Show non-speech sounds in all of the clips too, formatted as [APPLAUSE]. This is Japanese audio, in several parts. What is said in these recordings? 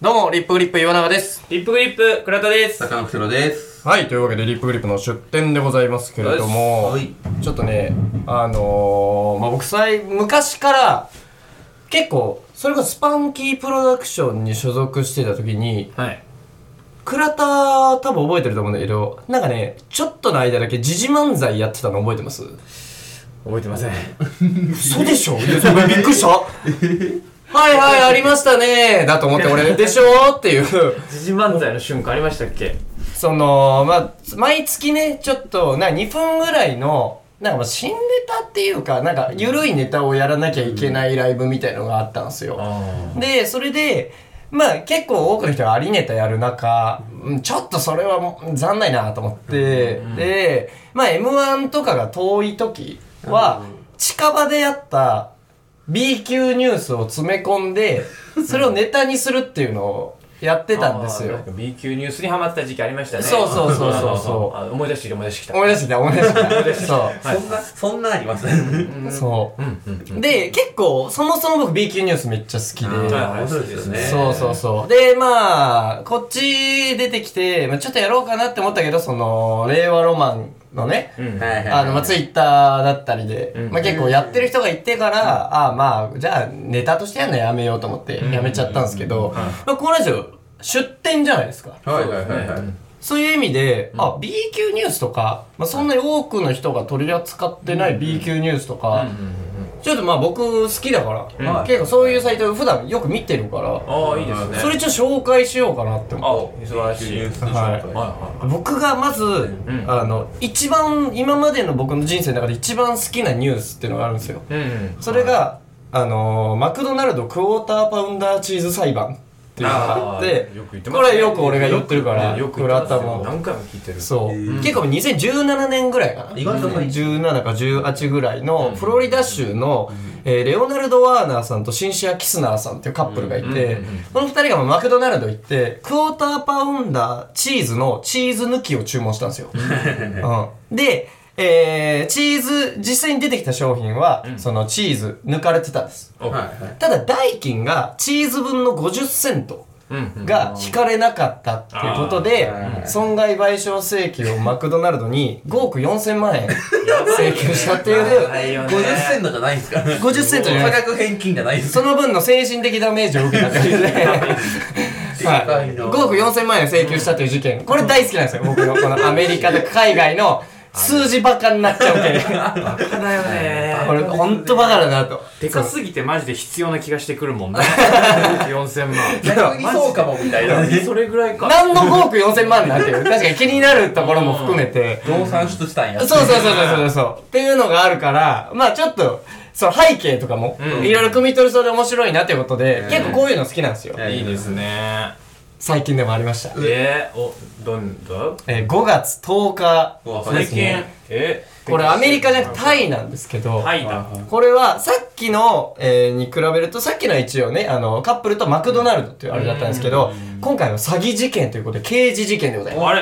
どうも、リップグリップ岩永です。リップグリップ倉田です坂野哲郎です。はい、というわけで、リップグリップの出店でございますけれどもよし、ちょっとね、あのー、まあ、僕さい、昔から、結構、それがスパンキープロダクションに所属してた時に、はい倉田、多分覚えてると思うんだけど、なんかね、ちょっとの間だけ時事漫才やってたの覚えてます覚えてません嘘でしょいやそれびっくりした [LAUGHS] はいはい、ありましたねだと思って、俺、でしょっていう。時事漫才の瞬間ありましたっけその、まあ、毎月ね、ちょっと、な、2分ぐらいの、なんかまあ新ネタっていうか、なんか、ゆるいネタをやらなきゃいけないライブみたいのがあったんですよ。あで、それで、まあ結構多くの人がありネタやる中、うんちょっとそれはもう残んないなと思って、で、まあ M1 とかが遠い時は、近場でやった B 級ニュースを詰め込んで、 [LAUGHS] それをネタにするっていうのをやって出たんですよ。 B 級ニュースにハマってた時期ありましたねそうそうそうそうそうあ思い出してきた思い出してきた思い出してきた思い出してきたそはいそんな、そんなあります。うそううんうんうで結構そもそも僕 B 級ニュースめっちゃ好きあーではいはいそうですねそうそうそうでまあこっち出てきて、まあ、ちょっとやろうかなって思ったけどその令和ロマンのねうんはいはいはい。あの、まあ、ツイッターだったりで、うんまあ、結構やってる人がいてから、ああ、まあ、じゃあ、ネタとしてやるのやめようと思って、やめちゃったんですけど、まあ、このラジオ、出店じゃないですか。はいはいはいはい。そういう意味で、あ、B 級ニュースとか、まあ、そんなに多くの人が取り扱ってない B 級ニュースとか、ちょっとまあ僕好きだから、うん結構そういうサイト普段よく見てるから、ああいいですねそれちょっと紹介しようかなって思うあ素晴らしいニュース紹は介いはいは僕がまず、んあの、一番、今までの僕の人生の中で一番好きなニュースっていうのがあるんですよ。いうんそれが、あのーマクドナルドクォーターパウンダーチーズ裁判っていうのがあってあーよく言ってまこすねれはよく俺が言ってるから、よく言倉って田ますよも。何回も聞いてるそう、うん結構2017年ぐらいかな意外と最近17か18ぐらいのフロリダ州の、えーレオナルド・ワーナーさんとシンシア・キスナーさんっていうカップルがいて、この二人がマクドナルド行ってクォーターパウンダーチーズのチーズ抜きを注文したんですよ、うん、で、えーチーズ実際に出てきた商品は、そのチーズ抜かれてたんですおはいはい。ただ代金がチーズ分の50セントうんうんが引かれなかったっていうことであー損害賠償請求をマクドナルドに5億4000万円請求したってばいいうよね50セントじゃないんですか50セントじゃない価格返金じゃないんですその分の精神的ダメージを受けたっていうねはい、5億4000万円請求したっていう事件これ大好きなんですよ僕のこのアメリカと海外の数字バカになっちゃうけどバカだよねこれほんとバカだなとでかすぎてマジで必要な気がしてくるも [LAUGHS] んね4000万逆にそうかもみたいな [LAUGHS] ね。それぐらいか何の5億4000万なんていう確かに気になるところも含めてどう算出したんや。そうそうそうそうそうそう。っていうのがあるから、まあちょっと、その背景とかも、うんいろいろ汲み取りそうで面白いなっていうことで、うん結構こういうの好きなんですよ。うんいいですね最近でもありました。えー、おどんどえー5月10日うわで最す近ね。えこれアメリカじゃなくてタイなんですけど、タイだこれはさっきの、えーに比べると、さっきのは一応ね、あの、カップルとマクドナルドっていうあれだったんですけど、今回は詐欺事件ということで、刑事事件でございます。あれ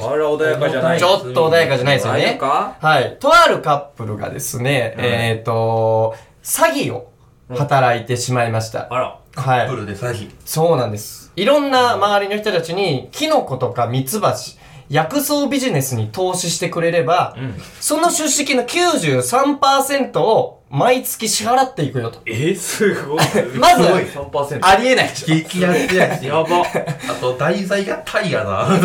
あれは穏やかじゃないちょっと穏やかじゃないですよ穏やね。かはい。とあるカップルがですね、えっ、と、詐欺を働いてしまいました。あらはプい。ルで詐欺。そうなんです。いろんな周りの人たちに、キノコとかミツバチ、薬草ビジネスに投資してくれれば、うんその出資金の93%を毎月支払っていくよと。えー、すごい [LAUGHS] まずすごい3%ありえないでしょ。激アツやし。やばあと、題材がタイやな。 [LAUGHS]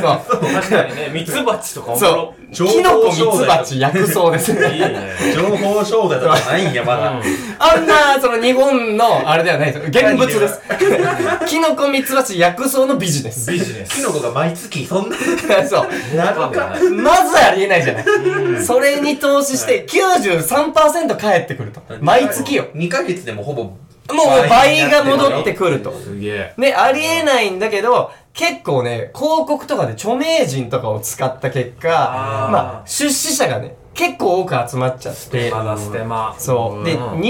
そ確かにねミツバチとかう。おもそろう。情キノ報コ商材ミツバチ薬草ですね。いいね情報商材とかないんや、まだ。あんな、その日本の、あれではないです。現物 [LAUGHS] です。キノコミツバチ薬草のビジネス。ビジネスキノコが毎月、そんな、 [LAUGHS] そう。なわのかんかない。まずありえないじゃない。それに投資して93%返ってくると。毎月よ。 2ヶ月でもほぼ、ももう倍が戻ってくると。すげえね、ありえないんだけど、結構ね、広告とかで著名人とかを使った結果、あーまあ、出資者がね、結構多く集まっちゃって、まだステマそう。で、ん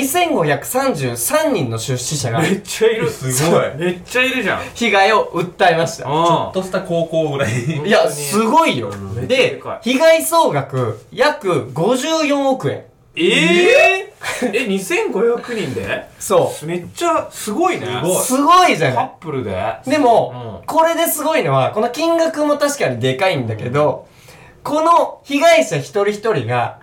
2533人の出資者がめっちゃいるすごい [LAUGHS] めっちゃいるじゃんうん被害を訴えました。とした高校ぐらい。いや、本当にすごいよめ。っちゃででか、被害総額約54億円。えー、え !2500 人でそめっちゃすごいね。う。ごいすごいじゃカないップルで。でも、これですごいのは、この金額も確かにでかいんだけど、この被害者一人一人が、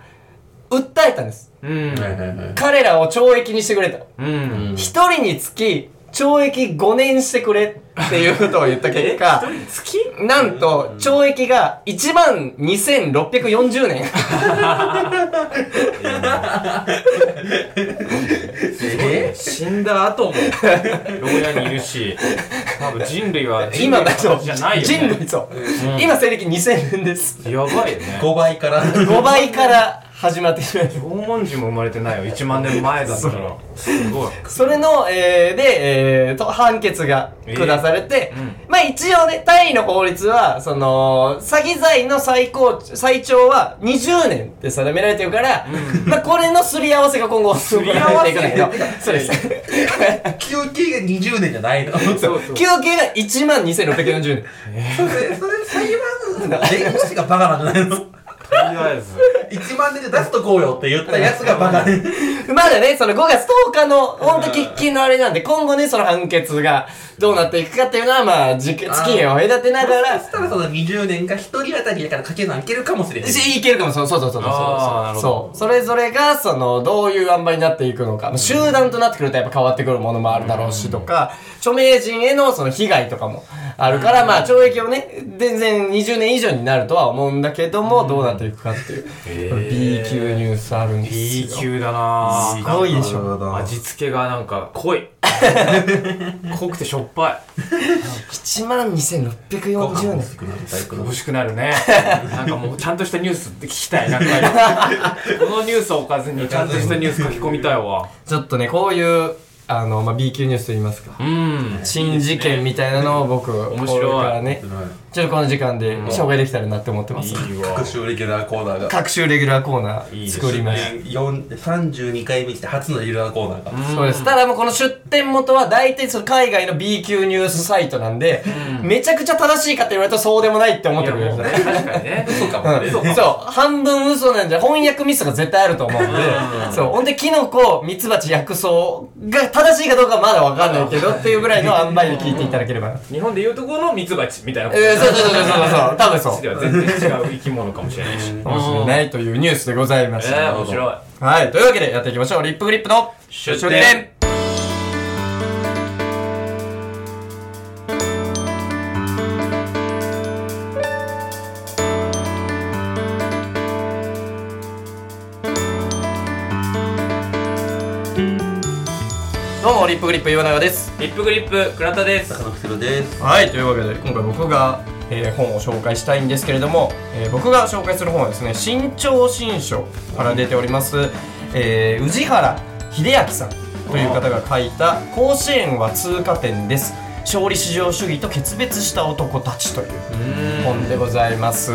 訴えたんです。うん。彼らを懲役にしてくれと。うん。一人につき、懲役5年してくれっていうことを言った結果、月なんと、懲役が1万2640年。え死んだ後も、牢屋にいるし、多分人類は人類 [LAUGHS] 今のだと、形じゃないよね。人類そう。うん今、西暦2000年です。やばいよね。 5倍から。 [LAUGHS] 5倍から始まってしまいます縄文人も生まれてないよ。1万年前だったら。すごい。それの、えー、で、えー、と、判決が下されて、えーうんまあ一応ね、タイの法律は、その、詐欺罪の最高、最長は20年って定められてるから、まあこれのすり合わせが今後、すり合 [LAUGHS] わせいくんだけど、そうです。休憩が20年じゃないの。そそうそ [LAUGHS] う。休憩が1万2640れ、それ、裁判の弁護士がバカなんじゃないのとりあえず。 1万年で出しとこうよって言ったやつがバカで。年。まだね、その5月10日の、ほんと喫緊のあれなんで、今後ね、その判決がどうなっていくかっていうのは、まあ、時期月日を隔てながそら、したらその20年が1人当たりだからかけるのいけるかもしれない。しいけるかもそうそうそうそうそうあーなるそうほどそうそれぞれがそのどういう塩梅になっていくのか、まあ集団となってくるとやっぱ変わってくるものもあるだろうしとか、著名人へのその被害とかもあるから、まあ懲役をね全然20年以上になるとは思うんだけども、どうなっていくかっていう、これ B 級ニュースあるんですよ B 級だなすごいでしょょ味付けがなんか濃 [LAUGHS] い濃くてしょっぱ1万2640年い欲しくな [LAUGHS] るねなんかもうちゃんとしたニュースって聞きたいなんか [LAUGHS] このニュースをおかずにちゃんとしたニュース書き込みたいわちょっとねこういうあの、まあ、B 級ニュースといいますかうん新事件みたいなのを僕、面白いこれからね、ちょっとこの時間で紹介できたらなって思ってます。いいわ各種レギュラーコーナーが。各週レギュラーコーナーいいですね作りました。 4 32回目にして初のレギュラーコーナーが。そうです。ただもうこの出店元は大体その海外の B 級ニュースサイトなんで、めちゃくちゃ正しいかって言われたらそうでもないって思っいてやくれもるでうんねすね。確かにねそうかもね。そうそう、半分嘘なんじゃ、翻訳ミスが絶対あると思うんで、そう、ほんで、キノコ、ミツバチ、薬草が正しいかどうかはまだわかんないけどっていうぐらいの塩梅で聞いていただければな。日本でいうところのミツバチみたいなこえー、とそうそうそうそうそう、多分そこっちでう。は全然違う生き物かもしれないしかもしれないというニュースでございまえした。ー、面白いはい、というわけでやっていきましょう。リップグリップの出店どうも、リップグリップ岩永です。リップグリップ倉田です坂野哲郎です。はい、というわけで今回僕が、えー本を紹介したいんですけれども、えー僕が紹介する本はですね、新潮新書から出ております、えー宇治原秀明さんという方が書いた「甲子園は通過点です」。勝利至上主義と決別した男たちという本でございます、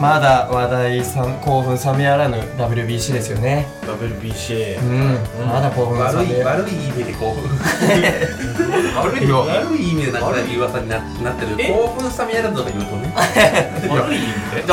まだ話題さん興奮冷めやらぬ WBC ですよね WBC うん、まだ興奮冷悪めい、やらぬ悪い意味で興奮。悪いいや悪い意味でなんか噂にななってる。え興奮冷めやらずとか言うとね。悪い意味で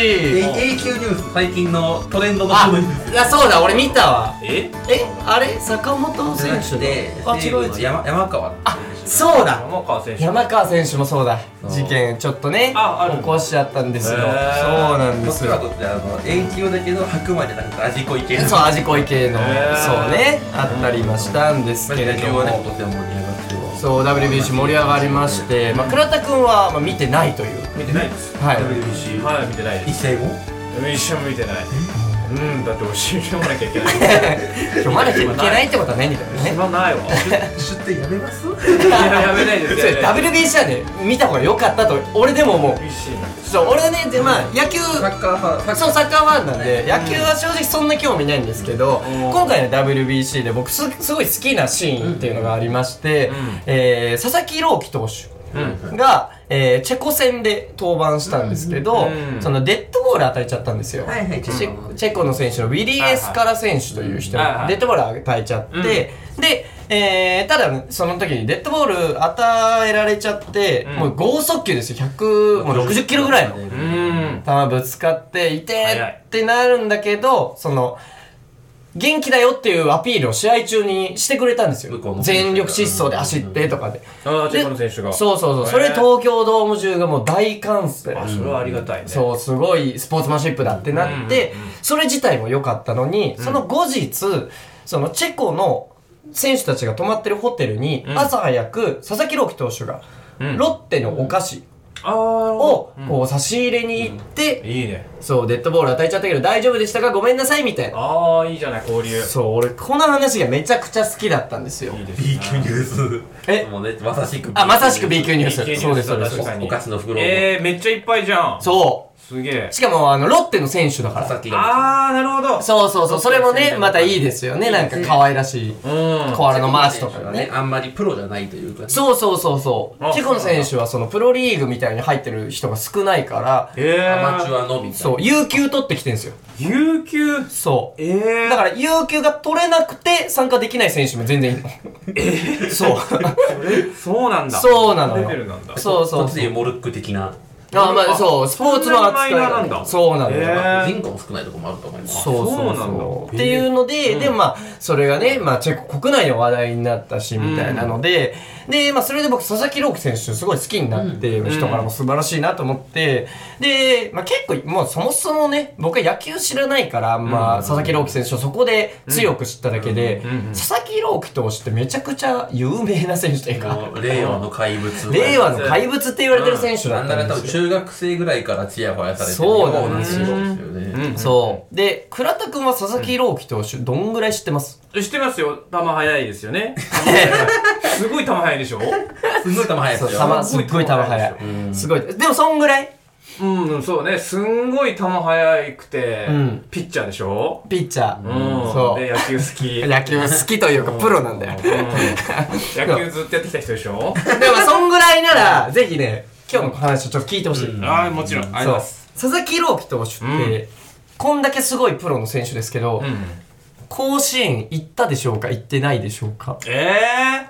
WBC え A 級ニュース、最近のトレンドのあ部分、いやそうだ俺見たわええあれ坂本じゃ選なく手てであ違うやつ山山川っていう選手そうだ山川選手山川選手もそうだそう事件ちょっとねあある起こしちゃったんですよへそうーなんです僕らよにとってあの A 級だけど白米じゃなくて味濃い系のそう味濃い系のへーそうねあったりもしたんですまあけれ野ど球はね今も年は盛り上がってるわそう WBC 盛り上がりましてまあ倉田君はまあ見てないという見てないですはい WBC はい見てないで一す試合も一緒も見てないうんだって俺終了なきゃい [LAUGHS] けない読まなきゃいけないってことはないんだよね暇ないわ出店やめますいややめないですそよう WBC はね見た方が良かったと俺でも思う WBC そう俺はねでまあ野球サッカー派サッカーそうサッカーファンなんで野球は正直そんな興味ないんですけど、うん今回の WBC で僕すすごい好きなシーンっていうのがありまして、んえー佐々木朗希投手うんが、えーチェコ戦で登板したんですけど、うんそのデッドボール当たっちゃったんですよ、はいはいチチェコェチェコの選手のウィリー・エスカラ選手という人はいはがいデッドボール与えちゃって、で、えーただその時にデッドボール与えられちゃって、うんもう剛速球ですよ100もう60キロぐらいの。うん球ぶつかって、いて早ーいってなるんだけど、その、元気だよっていうアピールを試合中にしてくれたんですよ向こうの。選手が全力疾走で走ってとかで。ああ、チェコの選手が。でそうそうそう。それ東京ドーム中がもう大歓声。あ、それはありがたいね。そう、すごいスポーツマンシップだってなって、それ自体も良かったのに、その後日、そのチェコの選手たちが泊まってるホテルに、朝早く佐々木朗希投手が、ロッテのお菓子ああ、をこう差し入れに行って、いいね。そう、デッドボール与えちゃったけど大丈夫でしたかごめんなさいみたいな。ああ、いいじゃない、交流。そう、俺、この話がめちゃくちゃ好きだったんですよ。いいですね B 級ニュースえもうねまさしくあ、まさしく B 級ニュー B 級ニュース。スそうです、そうです確。かにお菓子の袋のえー、めっちゃいっぱいじゃん。そすげえう。。しかも、あの、ロッテの選手だから。紫がああ、なるほど。そうそうそう、それもね、またいいですよね。なんか可愛らしい。うん。コアラのマーチとかがねね。あんまりプロじゃないというかそうそうそうそう。あチェコの選手はそのプロリーグみたいに入ってる人が少ないから、ええアマチー。ュアのみたいそう、有給取ってきてんですよ。有給。そう。ええー。だから、有給が取れなくて参加できない選手も全然いる。そう。それそうなんだ。そうなのレよベルなんだ。そうそこうっちそでいうう。モルック的なあ、まあ、そう、スポーツの扱いそんなにマイナーなんだそうなのへよー。人口も少ないとこもあると思いますそうそうそうあそうなんだっていうので、でまあそれがね、まあ、チェコ国内の話題になったしみたいなので、で、まあ、それで僕佐々木朗希選手すごい好きになって、ん人からも素晴らしいなと思ってで、まあ、結構もうそもそもね僕は野球知らないから、まあ佐々木朗希選手をそこで強く知っただけで、うんうんうん佐々木朗希投手ってめちゃくちゃ有名な選手というかもう令和の怪物令和の怪物って言われてる選手だなっんたならんで多す分よ。中学生ぐらいからチヤホヤされてるそうよなうんなです選よ手ですよねそう。で、倉田くんは佐々木朗希投手、どんぐらい知って [LAUGHS] ます知ってますよ。球速いですよね。すごい球速いでしょすごい球速いですよ球すっごい球速い。すごい。でもそんぐらいうん、そうね。すんごい球速くて、うんピッチャーでしょピッチャー。うん。そうで、野球好き。 [LAUGHS] 野球好きというかプロなんだよ。 [LAUGHS] でうん野球ずっとやってきた人でしょもそんぐらいなら、ぜひね、今日の話をちょっと聞いてほしい。ああ、もちろん。ありそうま。す。佐々木朗希投手って、こんだけすごいプロの選手ですけど、甲子園行ったでしょうか行ってないでしょうかええ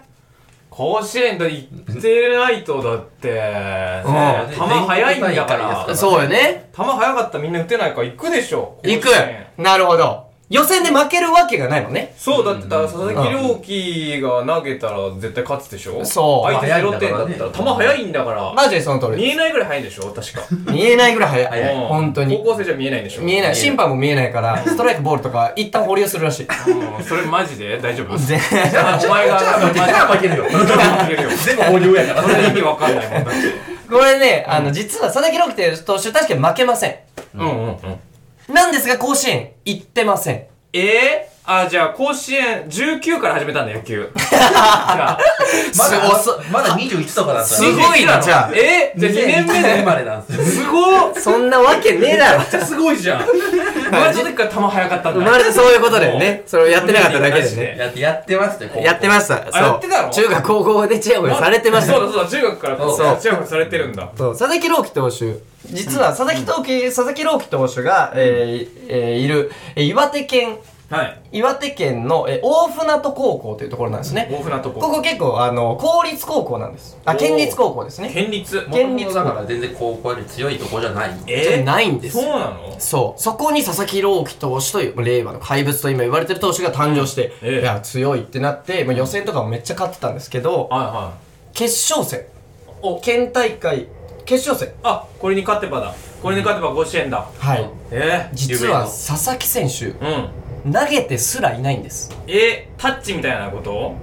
甲子園で行ってないとだって、ね、球速いんだから。球そうよね。速かったらみんな打てないから行くでしょ。行く甲子園なるほど。予選で負けるわけがないもんね。そうだってだから佐々木朗希が投げたら絶対勝つでしょそう相手速いん0だか点だらっねたら球速いんだからマジでその通見り。えないぐらい速いんでしょ確か見えないぐらい早い。うん本当に。高校生じゃ見えないんでしょ見えない。審判も見えないから、ストライクボールとか一旦保留するらしい。うんそれマジで大丈夫全然お前がマジで負けるよ負けるよ全部保留やからそれ意味わかんないもんだって [LAUGHS] これね、あの、実は佐々木朗希投手、確かに負けませうんうんうんん。なんですが、甲子園行ってません。えー、あじゃあ甲子園19から始めたんだ [LAUGHS] 野球じゃあまだすごまだ21とかだったすごいなじゃあえじゃあ2年目生でまれなんですよすごっそんなわけねえだ [LAUGHS] ろ。すごいじゃんマジでから球速かったん生だまれてそういうことだよね。それをやってなかっただけでそうね。やってやってましたよやってました。そうやってたの中学高校でチヤホヤされてましたそう。だそうだ中学からこうそうチヤホヤされてるんだそう佐々木朗希投手実は佐々木投手、佐々木朗希投手が、えーえーいる、えー岩手県はい岩手県の、えー大船渡高校というところなんですね豊富なとこここ結構あの公立高校なんですあおー県立高校ですね県立もともとだから全然高校より強いとこじゃないじゃえないんですそうなのそう。そこに佐々木朗希投手という、令和の怪物と今言われてる投手が誕生して、ええいや、強いってなって、まあ、予選とかもめっちゃ勝ってたんですけど、はいはい決勝戦。お県大会、決勝戦。あこれに勝てばだこれに勝てば甲子園だはい。え実は佐々木選手、ー、うん投げてすらいないんです。えタッチみたいなこと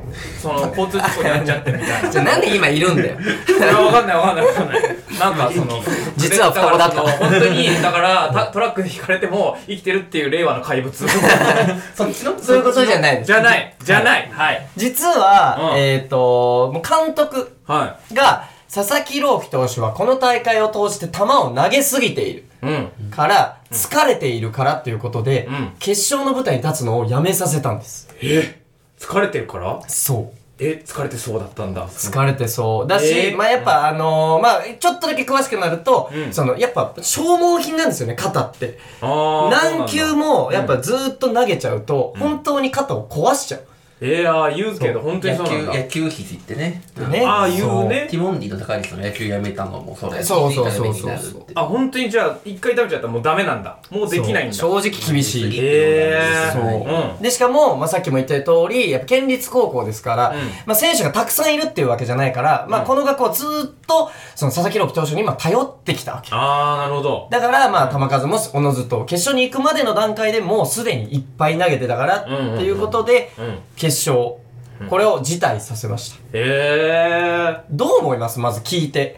そ [LAUGHS] の交通事故になっちゃってみたいなじゃあなんで今いるんだ [LAUGHS] よ。それは分かんない分かんない分かんないなん [LAUGHS] かその実は双子だったからその本当にだからたトラックにひかれても生きてるっていう令和の怪 [LAUGHS] 物じそっちのそういうことじゃないです。ゃないじゃないはい実は、うんえっ、と、もう監督はが、佐々木朗希投手はこの大会を通して球を投げすぎている。いうんから、疲れているからっていうことで、うん決勝の舞台に立つのをやめさせたんです。え疲れてるからそう。え疲れてそうだったんだ疲れてそう。だし、えーまあ、やっぱ、あのーまあ、ちょっとだけ詳しくなると、うんその、やっぱ、消耗品なんですよね、肩って。あー何球も、やっうぱずーっと投げちゃうと、本当に肩を壊しちゃう。えー、あー言うけど本当にそうなんだ野球野球肘ってねねああ言うねティモンディの高橋の野球やめたのもそうだよそうそうそうそう肘痛い目になるってあ本当にじゃあ一回食べちゃったらもうダメなんだもうできないんだそう正直厳しいえー、そううんで、しかも、まあ、さっきも言った通り、やっぱ県立高校ですから、うんまあ、選手がたくさんいるっていうわけじゃないから、まあ、この学校はずーっと、その佐々木朗希投手に今頼ってきたわけ。ああなるほどだから、まあ、球数もおのずと、決勝に行くまでの段階でもうすでにいっぱい投げてたから、うんうんうんっていうことで、うん決勝、これを辞退させました。えどう思いますまず聞いて。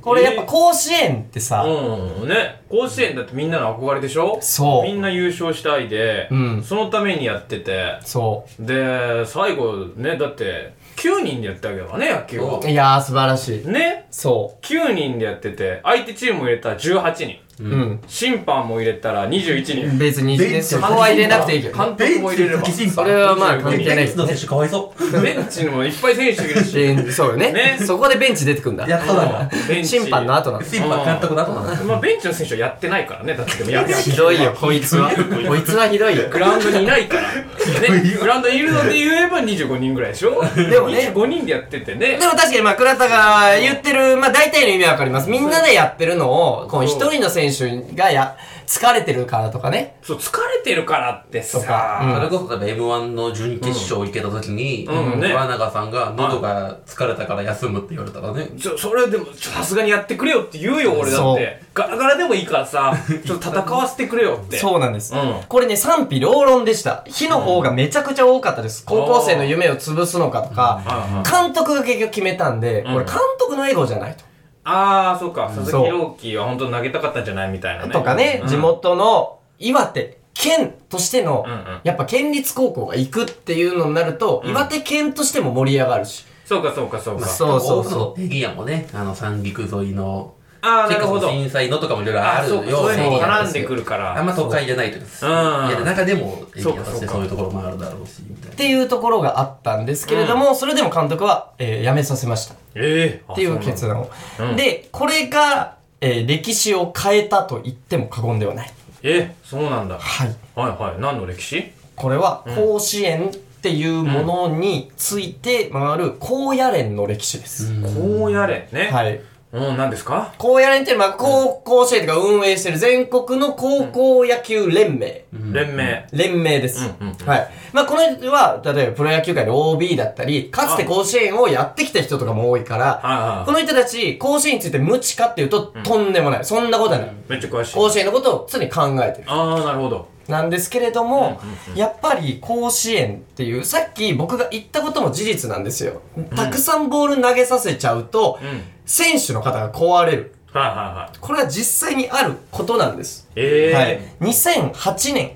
これやっぱ甲子園ってえさ、ー、うんね甲子園だってみんなの憧れでしょそうみんな優勝したいで、うんそのためにやっててそで最後ねだって9人でやったわけだからね野球はう。いやー素晴らしい。ねそ9人でやってて相手チームも入れたら18人う。うん。審判も入れたら21人別に、ね、そこは入れなくていいけど。監督も入れればそれはまあ関係ないベンチの選手かわいそうベンチにもいっぱい選手いるし [LAUGHS] ベンそうよねねそこでベンチ出てくんだ。やっとだわベンチ審判の後なんです。審判監督だとなんだまあベンチの選手はやってないからねだってでもやってひどいよ、こい [LAUGHS] つは。こいつはひどいよ。グラウンドにいない [LAUGHS] から。ね、グラウンドにいるので言えば25人ぐらいでしょでもね25人でやっててねで。も確かに、まあ、倉田が言ってる、まあ、大体の意味はわかります。みんなでやってるのを、こう、一人の選手がや、疲れてるからとかね。そう、疲れてるからってとかさ、うんそれこそ多分 M1 の準決勝行けた時に、うんうんね岩永さんが喉が疲れたから休むって言われたらね、ちょそれでも、ちょさすがにやってくれよって言うよ、俺だっそうて。ガラガラでもいいからさ、ちょっと戦わせてくれよって。そうなんです、うんこれね賛否両論でした火の方がめちゃくちゃ多かったです、高校生の夢を潰すのかとかあ、監督が結局決めたんで、うんこれ監督のエゴじゃないと、あー、そうか、佐そう々木朗希は本当投げたかったんじゃないみたいなね。とかね、うん地。元の岩手県としての、うんうんやっぱ県立高校が行くっていうのになると、岩手県としても盛り上がるし、そうか、そうか、そうか。そうそうそ大分のエリアもね、あの三陸沿いの、あー、なるほど。震災のとかもいろいろああー、るそうか、そういうのエにリアな絡んですでよくるから。あんま都会じゃないといううんか、いや中でもエリアそとうしかそうてかそういうところもあるだろうし、みたいな。っていうところがあったんですけれども、それでも監督は、えー辞めさせましたっええー。ていうあそ結論を、うなんだうんでこれが、えー歴史を変えたと言っても過言ではないえー、そうなんだ。はいはいはい。何の歴史これは甲子園っていうものについて回る高野連の歴史です。こうやれね。はい。うん、何ですか高野連っていうのは、高校生とか運営してる全国の高校野球連盟。連盟。連盟です。うんうんうんはい。まあ、この人は、例えばプロ野球界の OB だったり、かつて甲子園をやってきた人とかも多いかはいはいはらい、この人たち、甲子園について無知かっていうと、とんでもない。そんなことはない。めっちゃ詳しい。甲子園のことを常に考えてる。ああ、なるほど。なんですけれども、やっぱり甲子園っていう、さっき僕が言ったことも事実なんですよ。たくさんボール投げさせちゃうと、うん選手の方が壊れる。はいはいはい。これは実際にあることなんです。えはいえ。 2008年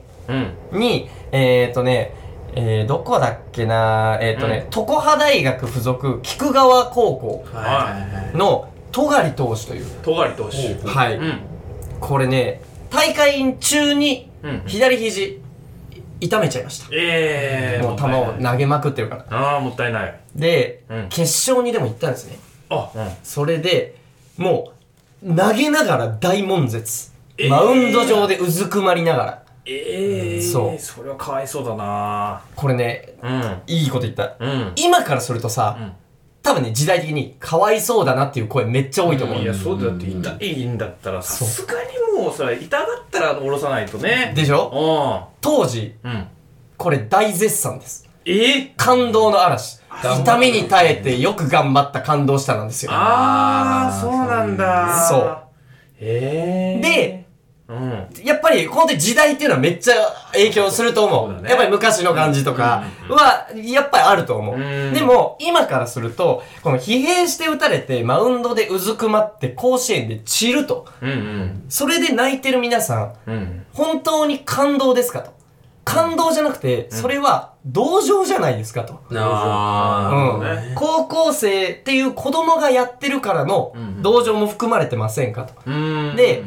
うん。に、えっ、ー、とね、えー、どこだっけなえっ、ー、とね、常葉大学附属菊川高校はいはいはい。の戸狩投手という。戸狩投手。はうい。ん。これね、大会中にうん左肘痛めちゃいました。ええ。もう球もったいなをい投げまくってるから。ああ、もったいない。で、うん決勝にでも行ったんですね。あ、うん。それで、もう、投げながら大悶絶。えーマウンド上でうずくまりながら。ええ。そうそれはかわいそうだなこれね、うん。いいこと言った。うん。今からするとさ、うん多分ね、時代的にかわいそうだなっていう声めっちゃ多いと思う。いや、そうだよだって痛いんだったら、さすがにもう、それ、痛がったら下ろさないとね。でしょう当時、ん。うん。これ大絶賛です。ええ。感動の嵐。張った痛みに耐えてよく頑張った感動したなんですよ。ああ、そうなんだ。そう。ええ。で、うん。やっぱり、本当に時代っていうのはめっちゃ影響すると思そうう。だねやっぱり昔の感じとかは、やっぱりあると思う。うんでも、今からすると、この疲弊して打たれて、マウンドでうずくまって、甲子園で散ると。うんうん。それで泣いてる皆さん、うん。本当に感動ですかと。感動じゃなくて、それは同情じゃないですかと。あうなるほどんね高校生っていう子供がやってるからのうん同情も含まれてませんかと。うんで、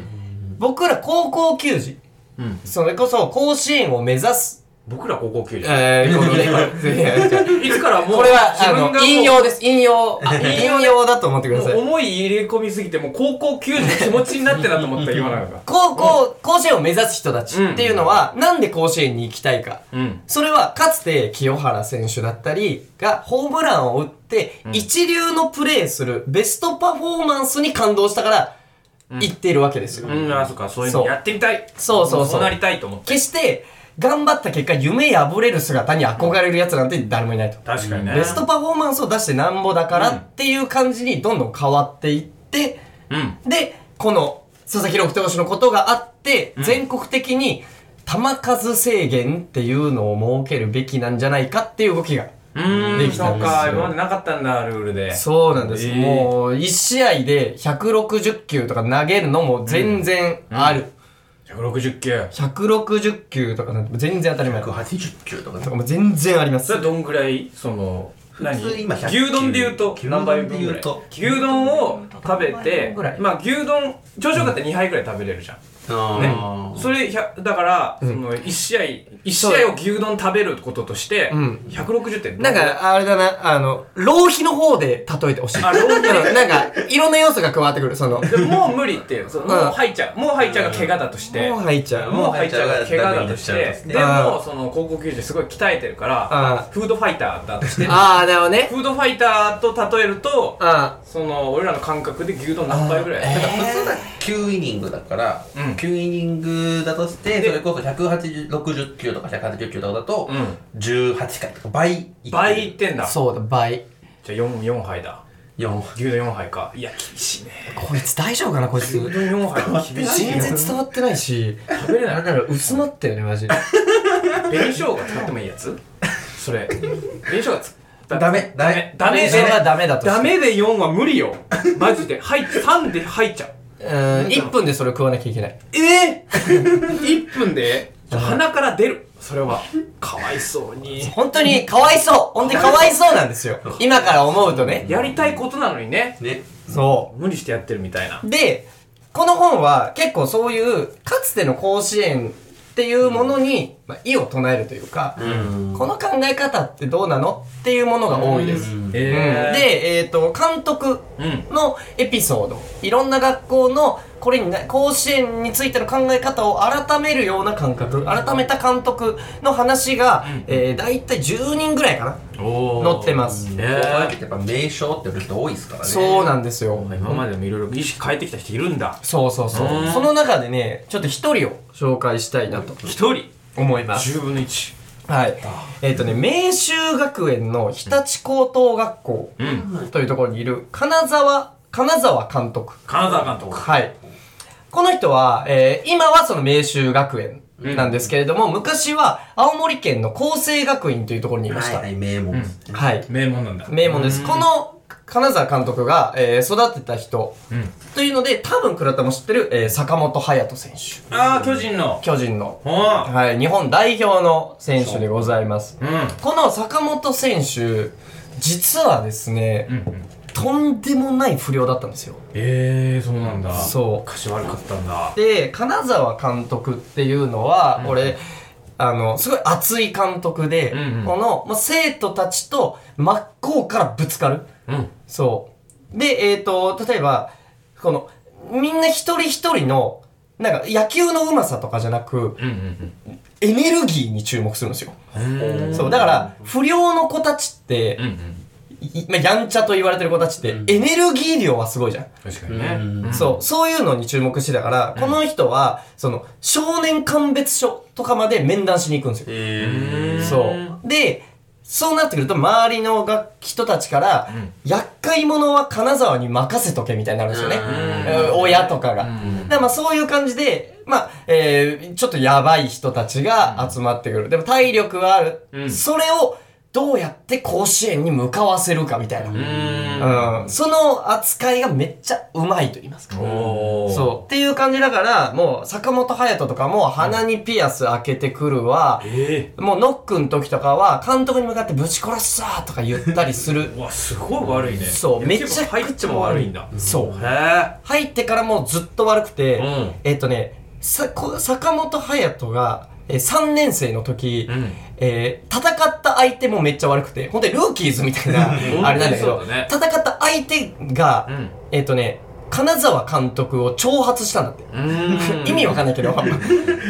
僕ら高校球児、うんそれこそ甲子園を目指す僕ら高校球児。えー、このね、 [LAUGHS] いつからもう、これは、自あ分の、がもう引用です。引 [LAUGHS] 用。引引用用だと思ってくださもうい。思い入れ込みすぎて、もう高校球児の気持ちになってなと思った、今なんか。高校、甲子園を目指す人たちっていうのは、なんで甲子園に行きたいか。うん。それはかつて清原選手だったりがホームランを打って一流のプレーするベストパフォーマンスに感動したから行っているわけですよ。 [LAUGHS] うん、あ、そっか、そういうそのうやってみたい。そうそうそうそうなりたいと思って。決して頑張った結果夢破れる姿に憧れる奴なんて誰もいないと。確かにね。ベストパフォーマンスを出してなんぼだからっていう感じにどんどん変わっていって、うん。で、この佐々木朗希投手のことがあって、全国的に球数制限っていうのを設けるべきなんじゃないかっていう動きがうーでん、きたそんうですよか、今までなかったんだ、ルールで。そうなんです。えーもう、1試合で160球とか投げるのも全然ある。 160球。 160球とかなんて全然当たり前。と180球とかかも全然ありまそすれ。はどんぐらい、その、何普通今100牛丼で言うと、牛何倍丼分でぐ言らいうと牛丼を食べてぐらい、まあ牛丼、調子よかったら2杯ぐらい食べれるじゃん。あーそれ100だから、その1試合1試合を牛丼食べることとして、ん160点なんか、あれだな、あの、浪費の方で例えてほしい。あ浪費うんなんか、いろんな要素が加わってくる。そ [LAUGHS] の、もでももう無理っていうそのもううん入っちゃうもう入っちゃうが怪我だとして、う入っちゃう。もう入っちゃうが怪我だとしてでもうその高校球児すごい鍛えてるかあらフードファイターだとしてあー、なるほどね。フードファイターと例えるとあその俺らの感覚で牛丼何杯ぐらいだから普通だ9イニングだから、うん9イニングだとしてでそれこそ160球とか180球とかだと、う18回とか倍いってる倍いっあ、てんだじゃそうだ、倍。あ 4, 4杯だ4牛丼4杯かいや厳しいねこいつ大丈夫かな、こいつ。牛丼4杯は厳しい全よ然伝わってないし、食べれなないんだろう、薄まったよね、マジで。紅生姜使ってもいいやつそれ紅生姜使ったダメダダメメダメそれはでダメだとしてダメで4は無理よマジ [LAUGHS] で入っ3で入っちゃううん、1分でそれを食わなきゃいけない。ええ1分で鼻から出るそれはかわいそうに本当に、かわいそう本当にかわいそうなんですよ。今から思うとね。やりたいことなのにねねそ無理してやってるみたいなう。で、この本は結構そういう、かつての甲子園っていうものに、まあ、意を唱えるというか、この考え方ってどうなのっていうものが多いです。うんえー、で、えっ、と、監督うんのエピソード、いろんな学校の、これにな、甲子園についての考え方を改めるような感覚、改めた監督の話が、えー、だいたい10人ぐらいかな。お載ってますねこうやってやっぱ名称ってる人多いですからねそうなんですよ。今までもいろいろ意識変えてきた人いるんだそうそうそうう。んその中でね、ちょっと一人を紹介したいなと1人思います。 10分の1はい。えっ、とね、明秀学園の日立高等学校というところにいる金沢、金沢監督。金沢監督はい。この人は、えー今はその明秀学園なんですけれども、昔は青森県の厚生学院というところにいました。はい名門ですねはい。名門なんだ名門です。この金沢監督が、えー育てた人うんというので、多分倉田も知ってる、えー坂本勇人選手。ああ巨人の巨人の、おーはい、日本代表の選手でございますう。んこの坂本選手、実はですね、うんとんでもない不良だったんですよ。ええー、そうなんだそう歌詞悪かったんだで、金沢監督っていうのは、うん俺、あの、すごい熱い監督で、うんうんこの、まあ、生徒たちと真っ向からぶつかる。うんそう。で、えっ、と、例えば、この、みんな一人一人の、なんか野球のうまさとかじゃなく、うんうんエネルギーに注目するんですよ。うんそう、だから、不良の子たちって、うんうんいまあ、やんちゃと言われてる子たちって、エネルギー量はすごいじゃん。確かにねうんそう、そういうのに注目してたから、この人は、その、少年鑑別所とかまで面談しに行くんですよ。えうんそう。で、そうなってくると、周りのが人たちから、厄介者は金沢に任せとけみたいになるんですよね。うんうん親とかが。うんだからまあそういう感じで、まあ、えー、ちょっとやばい人たちが集まってくる。でも体力はある。うんそれをどうやって甲子園に向かわせるかみたいな。うんうんその扱いがめっちゃうまいと言いますか。おーそう。っていう感じだから、もう坂本隼人とかも鼻にピアス開けてくるわ。えもうノックの時とかは監督に向かってぶち殺すさーとか言ったりするえ。うわすごい悪いねそうめちゃくちゃ入っても悪いんだそう。へ入ってからもうずっと悪くて、うんえっとね、さこ坂本勇人がえー3年生の時、うんえー戦った相手もめっちゃ悪くて、本当にルーキーズみたいな、あれなんだけど本当にそうだね戦った相手が、うんえっ、とね、金沢監督を挑発したんだって。意味わかんないけど、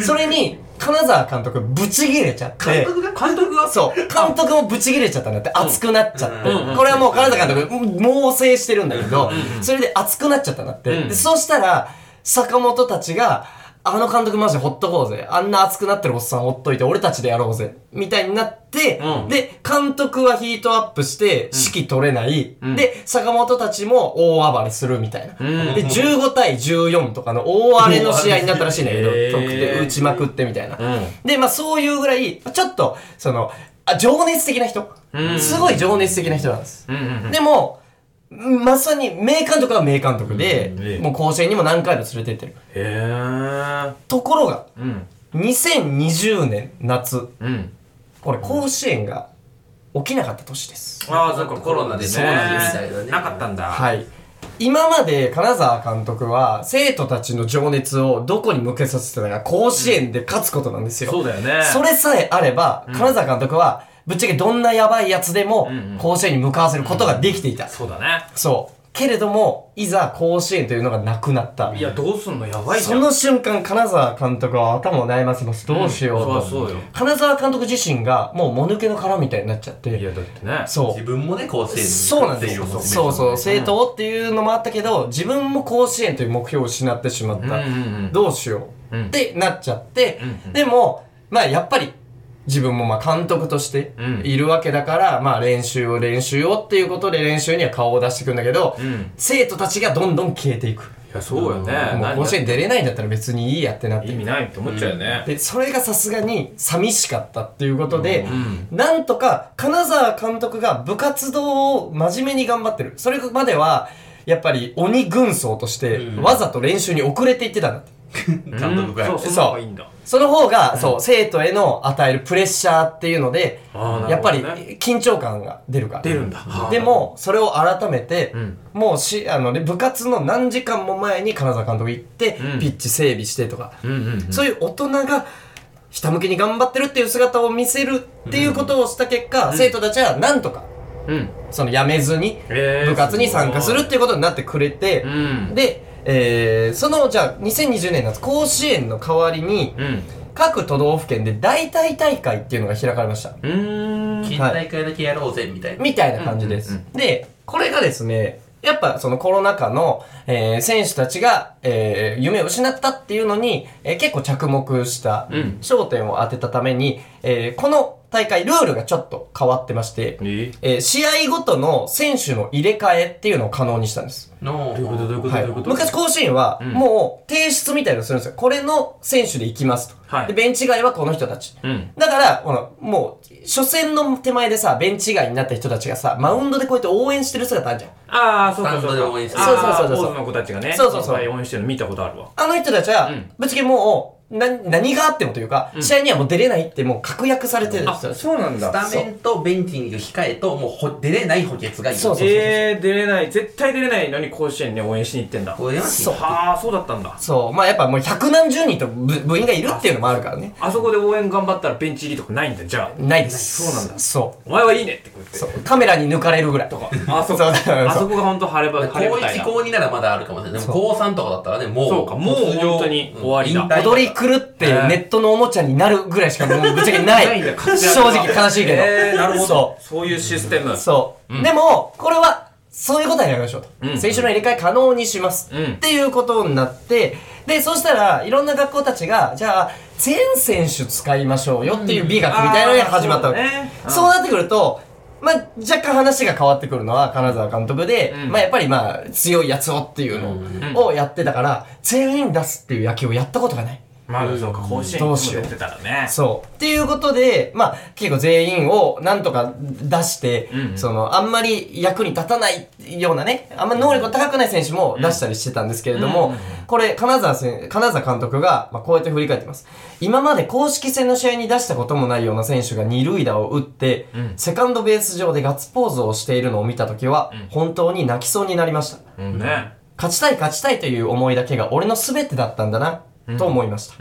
それに、金沢監督ぶち切れちゃっ監て。督が監督がそう。監督もブチ切れちゃったんだって、熱くなっちゃって。うんうんこれはもう金田監督、猛省してるんだけど、それで熱くなっちゃったんだって。うんでそうしたら、坂本たちが、あの監督マジでほっとこうぜ。あんな熱くなってるおっさんほっといて、俺たちでやろうぜ。みたいになって、うんで、監督はヒートアップして、指揮取れない。んで、坂本たちも大暴れするみたいな。うんで、15対14とかの大荒れの試合になったらしいんだけど、へー得点打ちまくってみたいな。うんで、まあそういうぐらい、ちょっと、その、あ、情熱的な人。すごい情熱的な人なんです。うんうんでも、まさに名監督は名監督で、うんもう甲子園にも何回も連れてってる。へえところが、うん2020年夏、うんこれ甲子園が起きなかった年です。ああそっかコロナでねそうなんですみたいなねなかったんだはい。今まで金沢監督は生徒たちの情熱をどこに向けさせてたのか甲子園で勝つことなんですよ。そうだよねそれさえあれば、金沢監督は、ぶっちゃけどんなやばいやつでもんうん、甲子園に向かわせることができていた。そうだねそう。けれども、いざ甲子園というのがなくなった。いやどうすんのやばいじそゃんの瞬間、金沢監督は頭を悩ませます。どうしようと。そうそうよ金沢監督自身が、もうもぬけの殻みたいになっちゃっいて。やだってねそう自。分もね、甲子園にそうなんですっていよ。う目標そうそう。正当っていうのもあったけど、自分も甲子園という目標を失ってしまった。うんうんうんどうしよう、うんってなっちゃって、うんうんでも、まあやっぱり、自分もまあ監督としてうんいるわけだから、まあ練習を練習をっていうことで練習には顔を出していくんだけど、うん生徒たちがどんどん消えていく。いやそうよねもう何甲子園出れないんだったら別にいいやってなって意味ないって思っちゃうよねで、それがさすがに寂しかったっていうことで、んなんとか金沢監督が部活動を真面目に頑張ってる。それまでは、やっぱり鬼軍曹として、わざと練習に遅れていってたんだって。監督が。そうその方がいいんだその方が、そう、生徒への与えるプレッシャーっていうので、あーやっぱりなるほどね緊張感が出るから。出るんだでも、それを改めて、んもうし、あのね、部活の何時間も前に金沢監督行って、うんピッチ整備してとか、うんうんそういう大人が、ひたむきに頑張ってるっていう姿を見せるっていうことをした結果、生徒たちはなんとか、うんその辞めずに、えー部活に参加するっていうことになってくれて、うんで、えーその、じゃあ、2020年夏、甲子園の代わりに、うん各都道府県で代替大会っていうのが開かれました。うーん県大会だけやろうぜ、みたいな。みたいな感じです。うんうで、これがですね、やっぱそのコロナ禍の、えー選手たちが、えー夢を失ったっていうのに、えー結構着目した、うん焦点を当てたために、えーこの大会ルールがちょっと変わってまして、ええー試合ごとの選手の入れ替えっていうのを可能にしたんです。のどういうことどういうことはどいういうこと昔甲子園は、んもう提出みたいなのするんですよ。これの選手で行きますと。はいで、ベンチ外はこの人たち。うんだから、この、もう、初戦の手前でさ、ベンチ外になった人たちがさ、マウンドでこうやって応援してる姿あるじゃん。ああそうかスそタンドうでか応援してるあーそうそうそうそうポーズの子たちがねそうそうそういっぱい応援してるの見たことあるわあの人たちは、うんぶっちゃけもう、な、何があってもというか、試合にはもう出れないってもう確約されてるんですよ。そうなんスタメンとベンチにいる控えと、もうほ出れない補欠がいる。そうそうえー、出れない絶対出れないのに甲子園に応援しに行ってんだこれやんそうはあそうだったんだそう。まあやっぱもう百何十人と部部員がいるっていうのもあるからね。あそこで応援頑張ったらベンチ入りとかないんだじゃあないです。そうなんだそう。お前はいいねってこう言ってそうカメラに抜かれるぐらい。とか。あそこそうそうあそこが本当晴れば高晴れ舞台1、だ高2ならまだあるかもしれない。でも高3とかだったらね、もう。そうかもう卒業本当に終わりだうん引退踊り狂ってえーネットのおもちゃになるぐらいしかもうぶっちゃけな。[LAUGHS] ないいんだ活躍正が直悲しいけど。えー、なるほそどそういうシステムう。そう。でも、これは、そういうことはやりましょうと。うん選手の入れ替え可能にします。うんっていうことになって、で、そしたら、いろんな学校たちが、じゃあ、全選手使いましょうよっていう美学みたいなのが始まったわけ。あーそうねうんそうなってくると、まあ、若干話が変わってくるのは金沢監督で、うんまあ、やっぱりまあ、強いやつをっていうのをやってたから、全員出すっていう野球をやったことがない。まあそうか甲子園どにうもしよう出てたらねそう。っていうことで、まあ、結構全員をなんとか出して、うんうんその、あんまり役に立たないようなね、あんまり能力の高くない選手も出したりしてたんですけれども、うんうんうんこれ、金沢選金沢監督が、まあ、こうやって振り返ってます。今まで公式戦の試合に出したこともないような選手が二塁打を打って、んセカンドベース上でガッツポーズをしているのを見たときは、本当に泣きそうになりました。うんね勝ちたい勝ちたいという思いだけが俺の全てだったんだな。と思いました。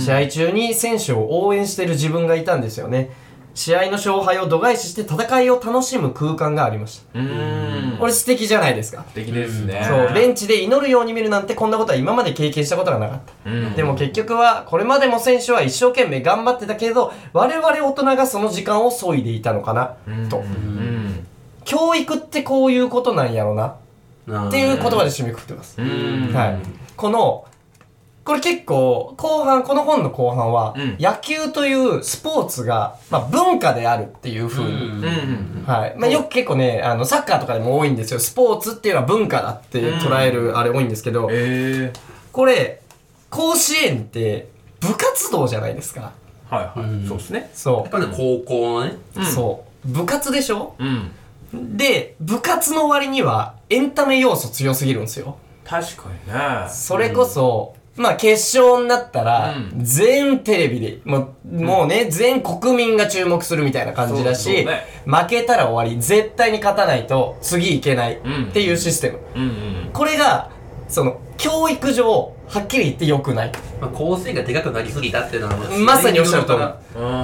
試合中に選手を応援している自分がいたんですよね。試合の勝敗を度外視して戦いを楽しむ空間がありました。うーんこれ素敵じゃないですか。素敵ですねそう、ベンチで祈るように見るなんてこんなことは今まで経験したことがなかった。うんでも結局は、これまでも選手は一生懸命頑張ってたけれど、我々大人がその時間を削いでいたのかな、と。うん教育ってこういうことなんやろな、っっていう言葉で締めくくってます。うんはい。この、これ結構、後半、この本の後半は、うん野球というスポーツが、まあ文化であるっていう風に、うんうんはい。まあ、よく結構ね、あの、サッカーとかでも多いんですよ。スポーツっていうのは文化だって捉えるあれ多いんですけど、ええこれ、甲子園って部活動じゃないですか。はいはういんそうですねそやっぱね、高校のね、う。そう。部活でしょうんで、部活の割にはエンタメ要素強すぎるんですよ。確かにねそれこそ、まあ決勝になったら、う全テレビで、もう,、もうね、全国民が注目するみたいな感じだそうそし、うね負けたら終わり、絶対に勝たないと次いけないっていうシステム。うんうんこれが、その、教育上、はっきり言って良くない。まあ、構成がでかくなりすぎたっていうのはもうまさにおっしゃる通りだ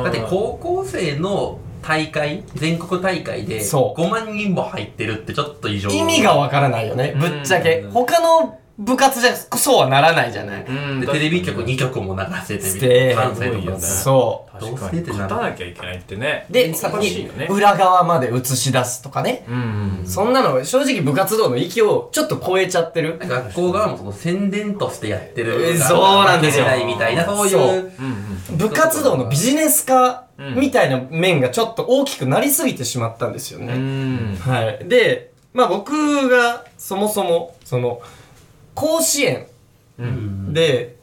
って高校生の大会、全国大会でそう5万人も入ってるってちょっと異常。意味がわからないよね、ぶっちゃけう。ん他の部活じゃ、そうはならないじゃない。うんで、テレビ局2局も流せてしみたていな。関西とすごいかよねねそう。確どうかせにってなる勝たなきゃいけないってねで、そこ難しいによね裏側まで映し出すとかね。うんそんなの、正直部活動の域をちょっと超えちゃってる。学校側もその宣伝としてやってる。えそうなんですよ負けれないみたいな、そうそいうう。うんうん部活動のビジネス化みたいな面がちょっと大きくなりすぎてしまったんですよね。うんはい。で、まあ僕がそもそも、その、甲子園で、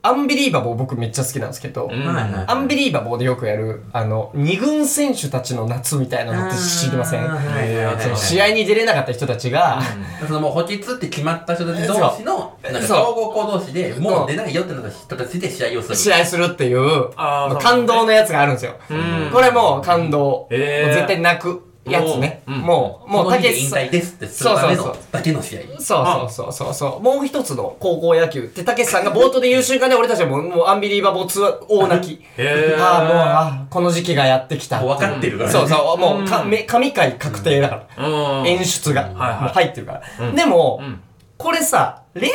アンビリーバボー僕めっちゃ好きなんですけど、うんはいはいアンビリーバボーでよくやる、あの、二軍選手たちの夏みたいなのって知りませんあーはいはいはいその試合に出れなかった人たちが、 [LAUGHS] そのもう補欠って決まった人たち同士の、そうなんかそう総合校同士で、もう出ないよってなった人たちで試合をする。試合するっていう、あーそう感動のやつがあるんですよ。うんこれもう感動。へーもう絶対泣くやつね。うんもう、もう、この日竹で内引さん。退ですってするためそうそうのそだけの試合。そうそうそうそうそう。もう一つの高校野球って、たけしさんが冒頭で言う瞬間で俺たちはもう、もうアンビリーバボーツアー大泣き。へーああ、もう、あーこの時期がやってきた。もう分かってるからね。そうそう、もうか、め神回確定だから。うん演出が、もうはいはい入ってるから。でも、うんこれさ、冷静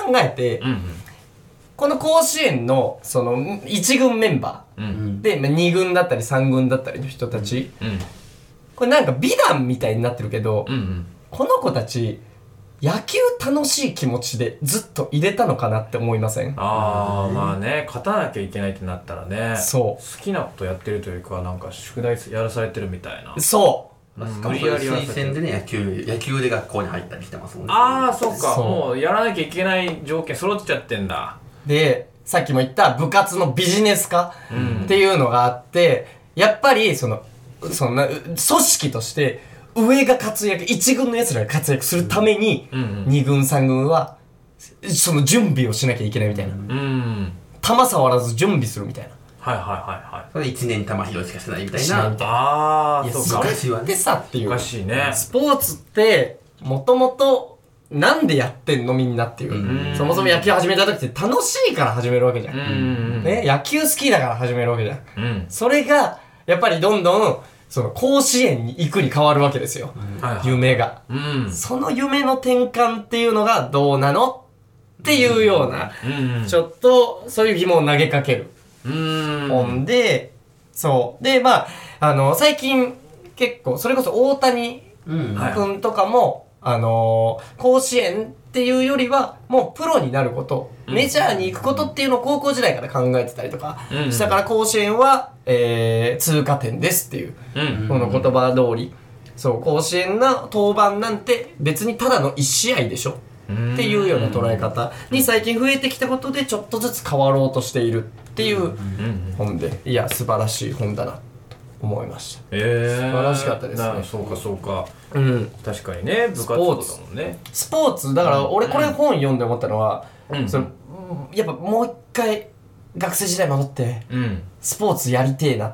に考えて、うんこの甲子園の、その、1軍メンバうんううんん。ーで、まあ2軍だったり3軍だったりの人たち、うんこれなんか美談みたいになってるけど、うんこの子たち、野球楽しい気持ちでずっと入れたのかなって思いませんああまあね勝たなきゃいけないってなったらねそ好きなことやってるというかなんか宿題やらされてるみたいなう。そう。まあしか無理もそういうやりやらされて推薦るでね、野球、野球で学校に入ったりしてますもんね。ああそっかそうもうやらなきゃいけない条件揃っちゃってんだで、さっきも言った部活のビジネス化んっていうのがあって、やっぱりその、そんな、う組織として、上が活躍、一軍の奴らが活躍するために、うんうん二軍三軍は、その準備をしなきゃいけないみたいな。うん球触らず準備するみたいな。はいはいはいはいそれ1年玉拾いしかしてないみたいしないなみ。たいああやそうか昔はな。でね。さっていおう。かしいねスポーツって、もともと、なんでやってんのみんなっていう。うんそもそも野球始めた時って楽しいから始めるわけじゃ。うんんね、野球好きだから始めるわけじゃん。うんそれが、やっぱりどんどん、その、甲子園に行くに変わるわけですよ。はいはい夢が。うんその夢の転換っていうのがどうなのっていうような、うんちょっと、そういう疑問を投げかけるうん本で、そう。で、まあ、あの、最近、結構、それこそ大谷うん。はいくんとかも、あのー甲子園っていうよりは、もうプロになること、メジャーに行くことっていうのを高校時代から考えてたりとかうんしたから、甲子園は、えー、通過点ですっていう、うんこの言葉通り。そう、甲子園の登板なんて別にただの1試合でしょっていうような捉え方に最近増えてきたことでちょっとずつ変わろうとしているっていう本で、いや、素晴らしい本だなと思いましえー、素晴らしかったですねそうかそうかた。うん。確かにね部活動だもんねスポーツだから俺これ本読んで思ったのは、うんそのうんやっぱもう一回学生時代戻ってうんスポーツやりてえなっ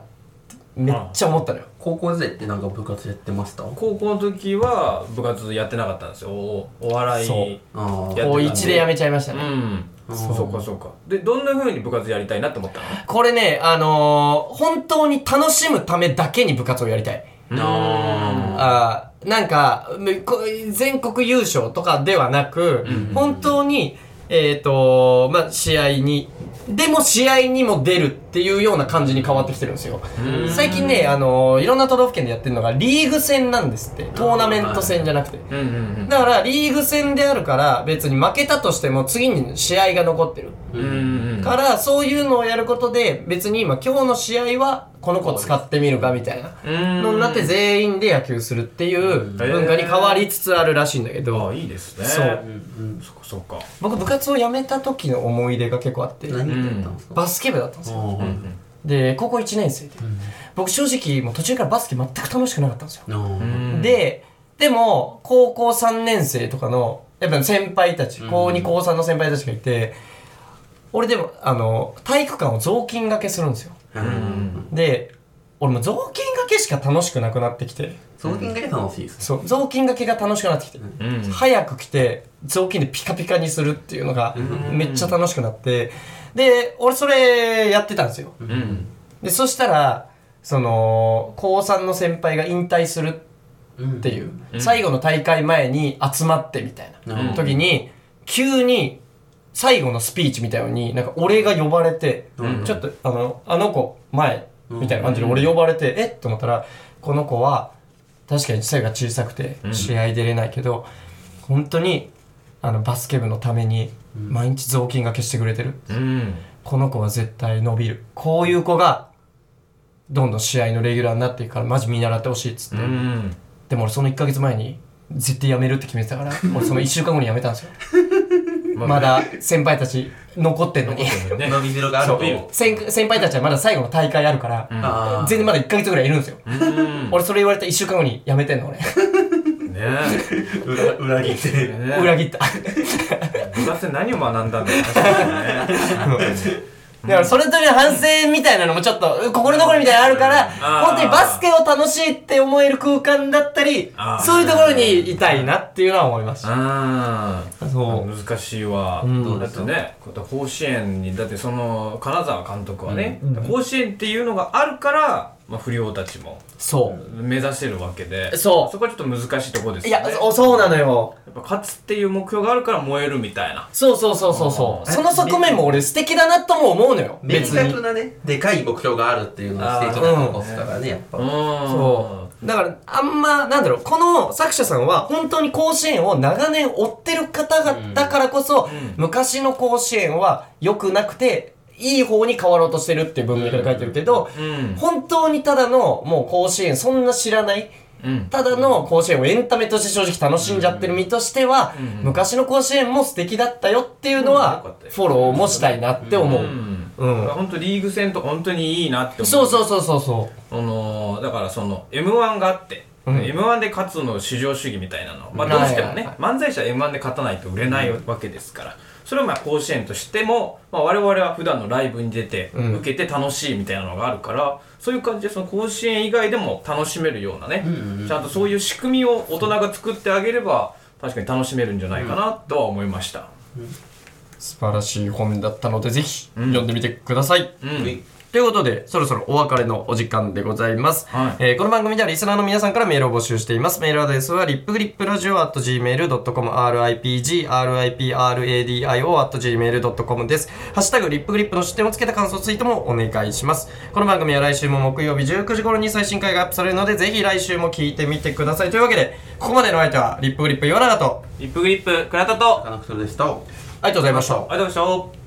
てめっちゃ思ったのよ、高校時代ってなんか部活やってましたあ高校の時は部活やってなかったんですよおお笑そういあやってたん高1でやめちゃいましたうね、んそうかそうかでどんな風に部活やりたいなって思ったこれねあのー本当に楽しむためだけに部活をやりたいのあーなんかむこ全国優勝とかではなく、本当にえっ、とまあ試合にでも試合にも出るっていうような感じに変わってきてるんですよ最近ねあのーいろんな都道府県でやってるのがリーグ戦なんですってトーナメント戦じゃなくてうんうんうんだからリーグ戦であるから別に負けたとしても次に試合が残ってるうんうんうんから、そういうのをやることで、別に今今日の試合はこの子使ってみるかみたいなうんのになって全員で野球するっていう文化に変わりつつあるらしいんだけあど、あいいですねそうんそっかそっか僕部活を辞めた時の思い出が結構あって、何やってたんですかバスケ部だったんですよ。あで、高校1年生で。僕正直もう途中からバスケ全く楽しくなかったんですよ。あうんで、でも、高校3年生とかの、やっぱ先輩たち、高2高3の先輩たちがいて、俺でも、あの、体育館を雑巾掛けするんですよ。うんで、俺もう雑巾掛けしか楽しくなくなってきて、その件が楽しいですそう、雑巾掛けが楽しくなってきて、うん早く来て、雑巾でピカピカにするっていうのが、めっちゃ楽しくなって、で、俺それやってたんですよ。うんで、そしたら、その、高3の先輩が引退するっっていう、最後の大会前に集まってみたいな時に、急に最後のスピーチみたいのになんか俺が呼ばれて、ちょっとあのあの子前みたいな感じで俺呼ばれて、えっと思ったらこの子は確かに背が小さくて試合出れないけど、本当にあのバスケ部のために毎日雑巾がけしてくれてる、うんこの子は絶対伸びるこういう子がどんどん試合のレギュラーになっていくからマジ見習ってほしいっつって。うんでも俺その1ヶ月前に絶対辞めるって決めてた [LAUGHS] から俺その1週間後に辞めたんですよ [LAUGHS] まだ先輩たち残ってんのにね伸びしろがあるそうと [LAUGHS] 先先輩たちはまだ最後の大会あるから、あ全然まだ1ヶ月ぐらいいるんですよ、うん俺それ言われた1週間後に辞めてんの俺ねあ裏裏切ってね裏切った部活で何を学んだんだよ確かにねだからそれぞれの反省みたいなのもちょっと心残りみたいなのあるからあー本当にバスケを楽しいって思える空間だったりあーそういうところにいたいなっていうのは思いましたああそう難しいわ、んだってね甲子園にだってその金沢監督はね、甲子園っていうのがあるから、まあ、不良たちもそう目指してるわけでそうそこはちょっと難しいところですいよやねおそうなのよやっぱ勝つっていう目標があるから燃えるみたいなそうそうそうそうそう。あーその側面も俺素敵だなとも思うのよ。別別に格。なねでかい目標があるっていうのを成長が残すからねやっぱそそう。だから、あんま、なんだろう、この作者さんは本当に甲子園を長年追ってる方がだからこそ、昔の甲子園は良くなくて、いい方に変わろうとしてるっていう文明が書いてるけど、ん本当にただの、もう甲子園そんな知らない、うんただの甲子園をエンタメとして正直楽しんじゃってる身としては、昔の甲子園も素敵だったよっていうのうんよかはった、よフォローもしたいなって思う。ううんん本当リーグ戦とか本当にいいなって思そうそうそうそうそあのーだからその m 1があって、うん m 1で勝つの至上主義みたいなの、まはあ、いどうはいしはいてもね、漫才師は m 1で勝たないと売れないわけですから、それはまあ甲子園としても、まあ、我々は普段のライブに出て、ん受けて楽しいみたいなのがあるからそういう感じでその甲子園以外でも楽しめるようなね、ちゃんとそういう仕組みを大人が作ってあげれば確かに楽しめるんじゃないかなとは思いました。う素晴らしい本だったのでぜひ読んでみてください、うんいということで、そろそろお別れのお時間でございます。はいえーこの番組ではリスナーの皆さんからメールを募集しています。メールアドレスは、リップグリップラジオ at gmail.com、ripg、ripradio at gmail.com です。ハッシュタグ、リップグリップの視点をつけた感想ツイートもお願いします。この番組は来週も木曜日19時頃に最新回がアップされるので、ぜひ来週も聞いてみてください。というわけで、ここまでのお相手は、リップグリップ岩永と、リップグリップ倉田とあり他の人でしたありがとうございました。がとうございました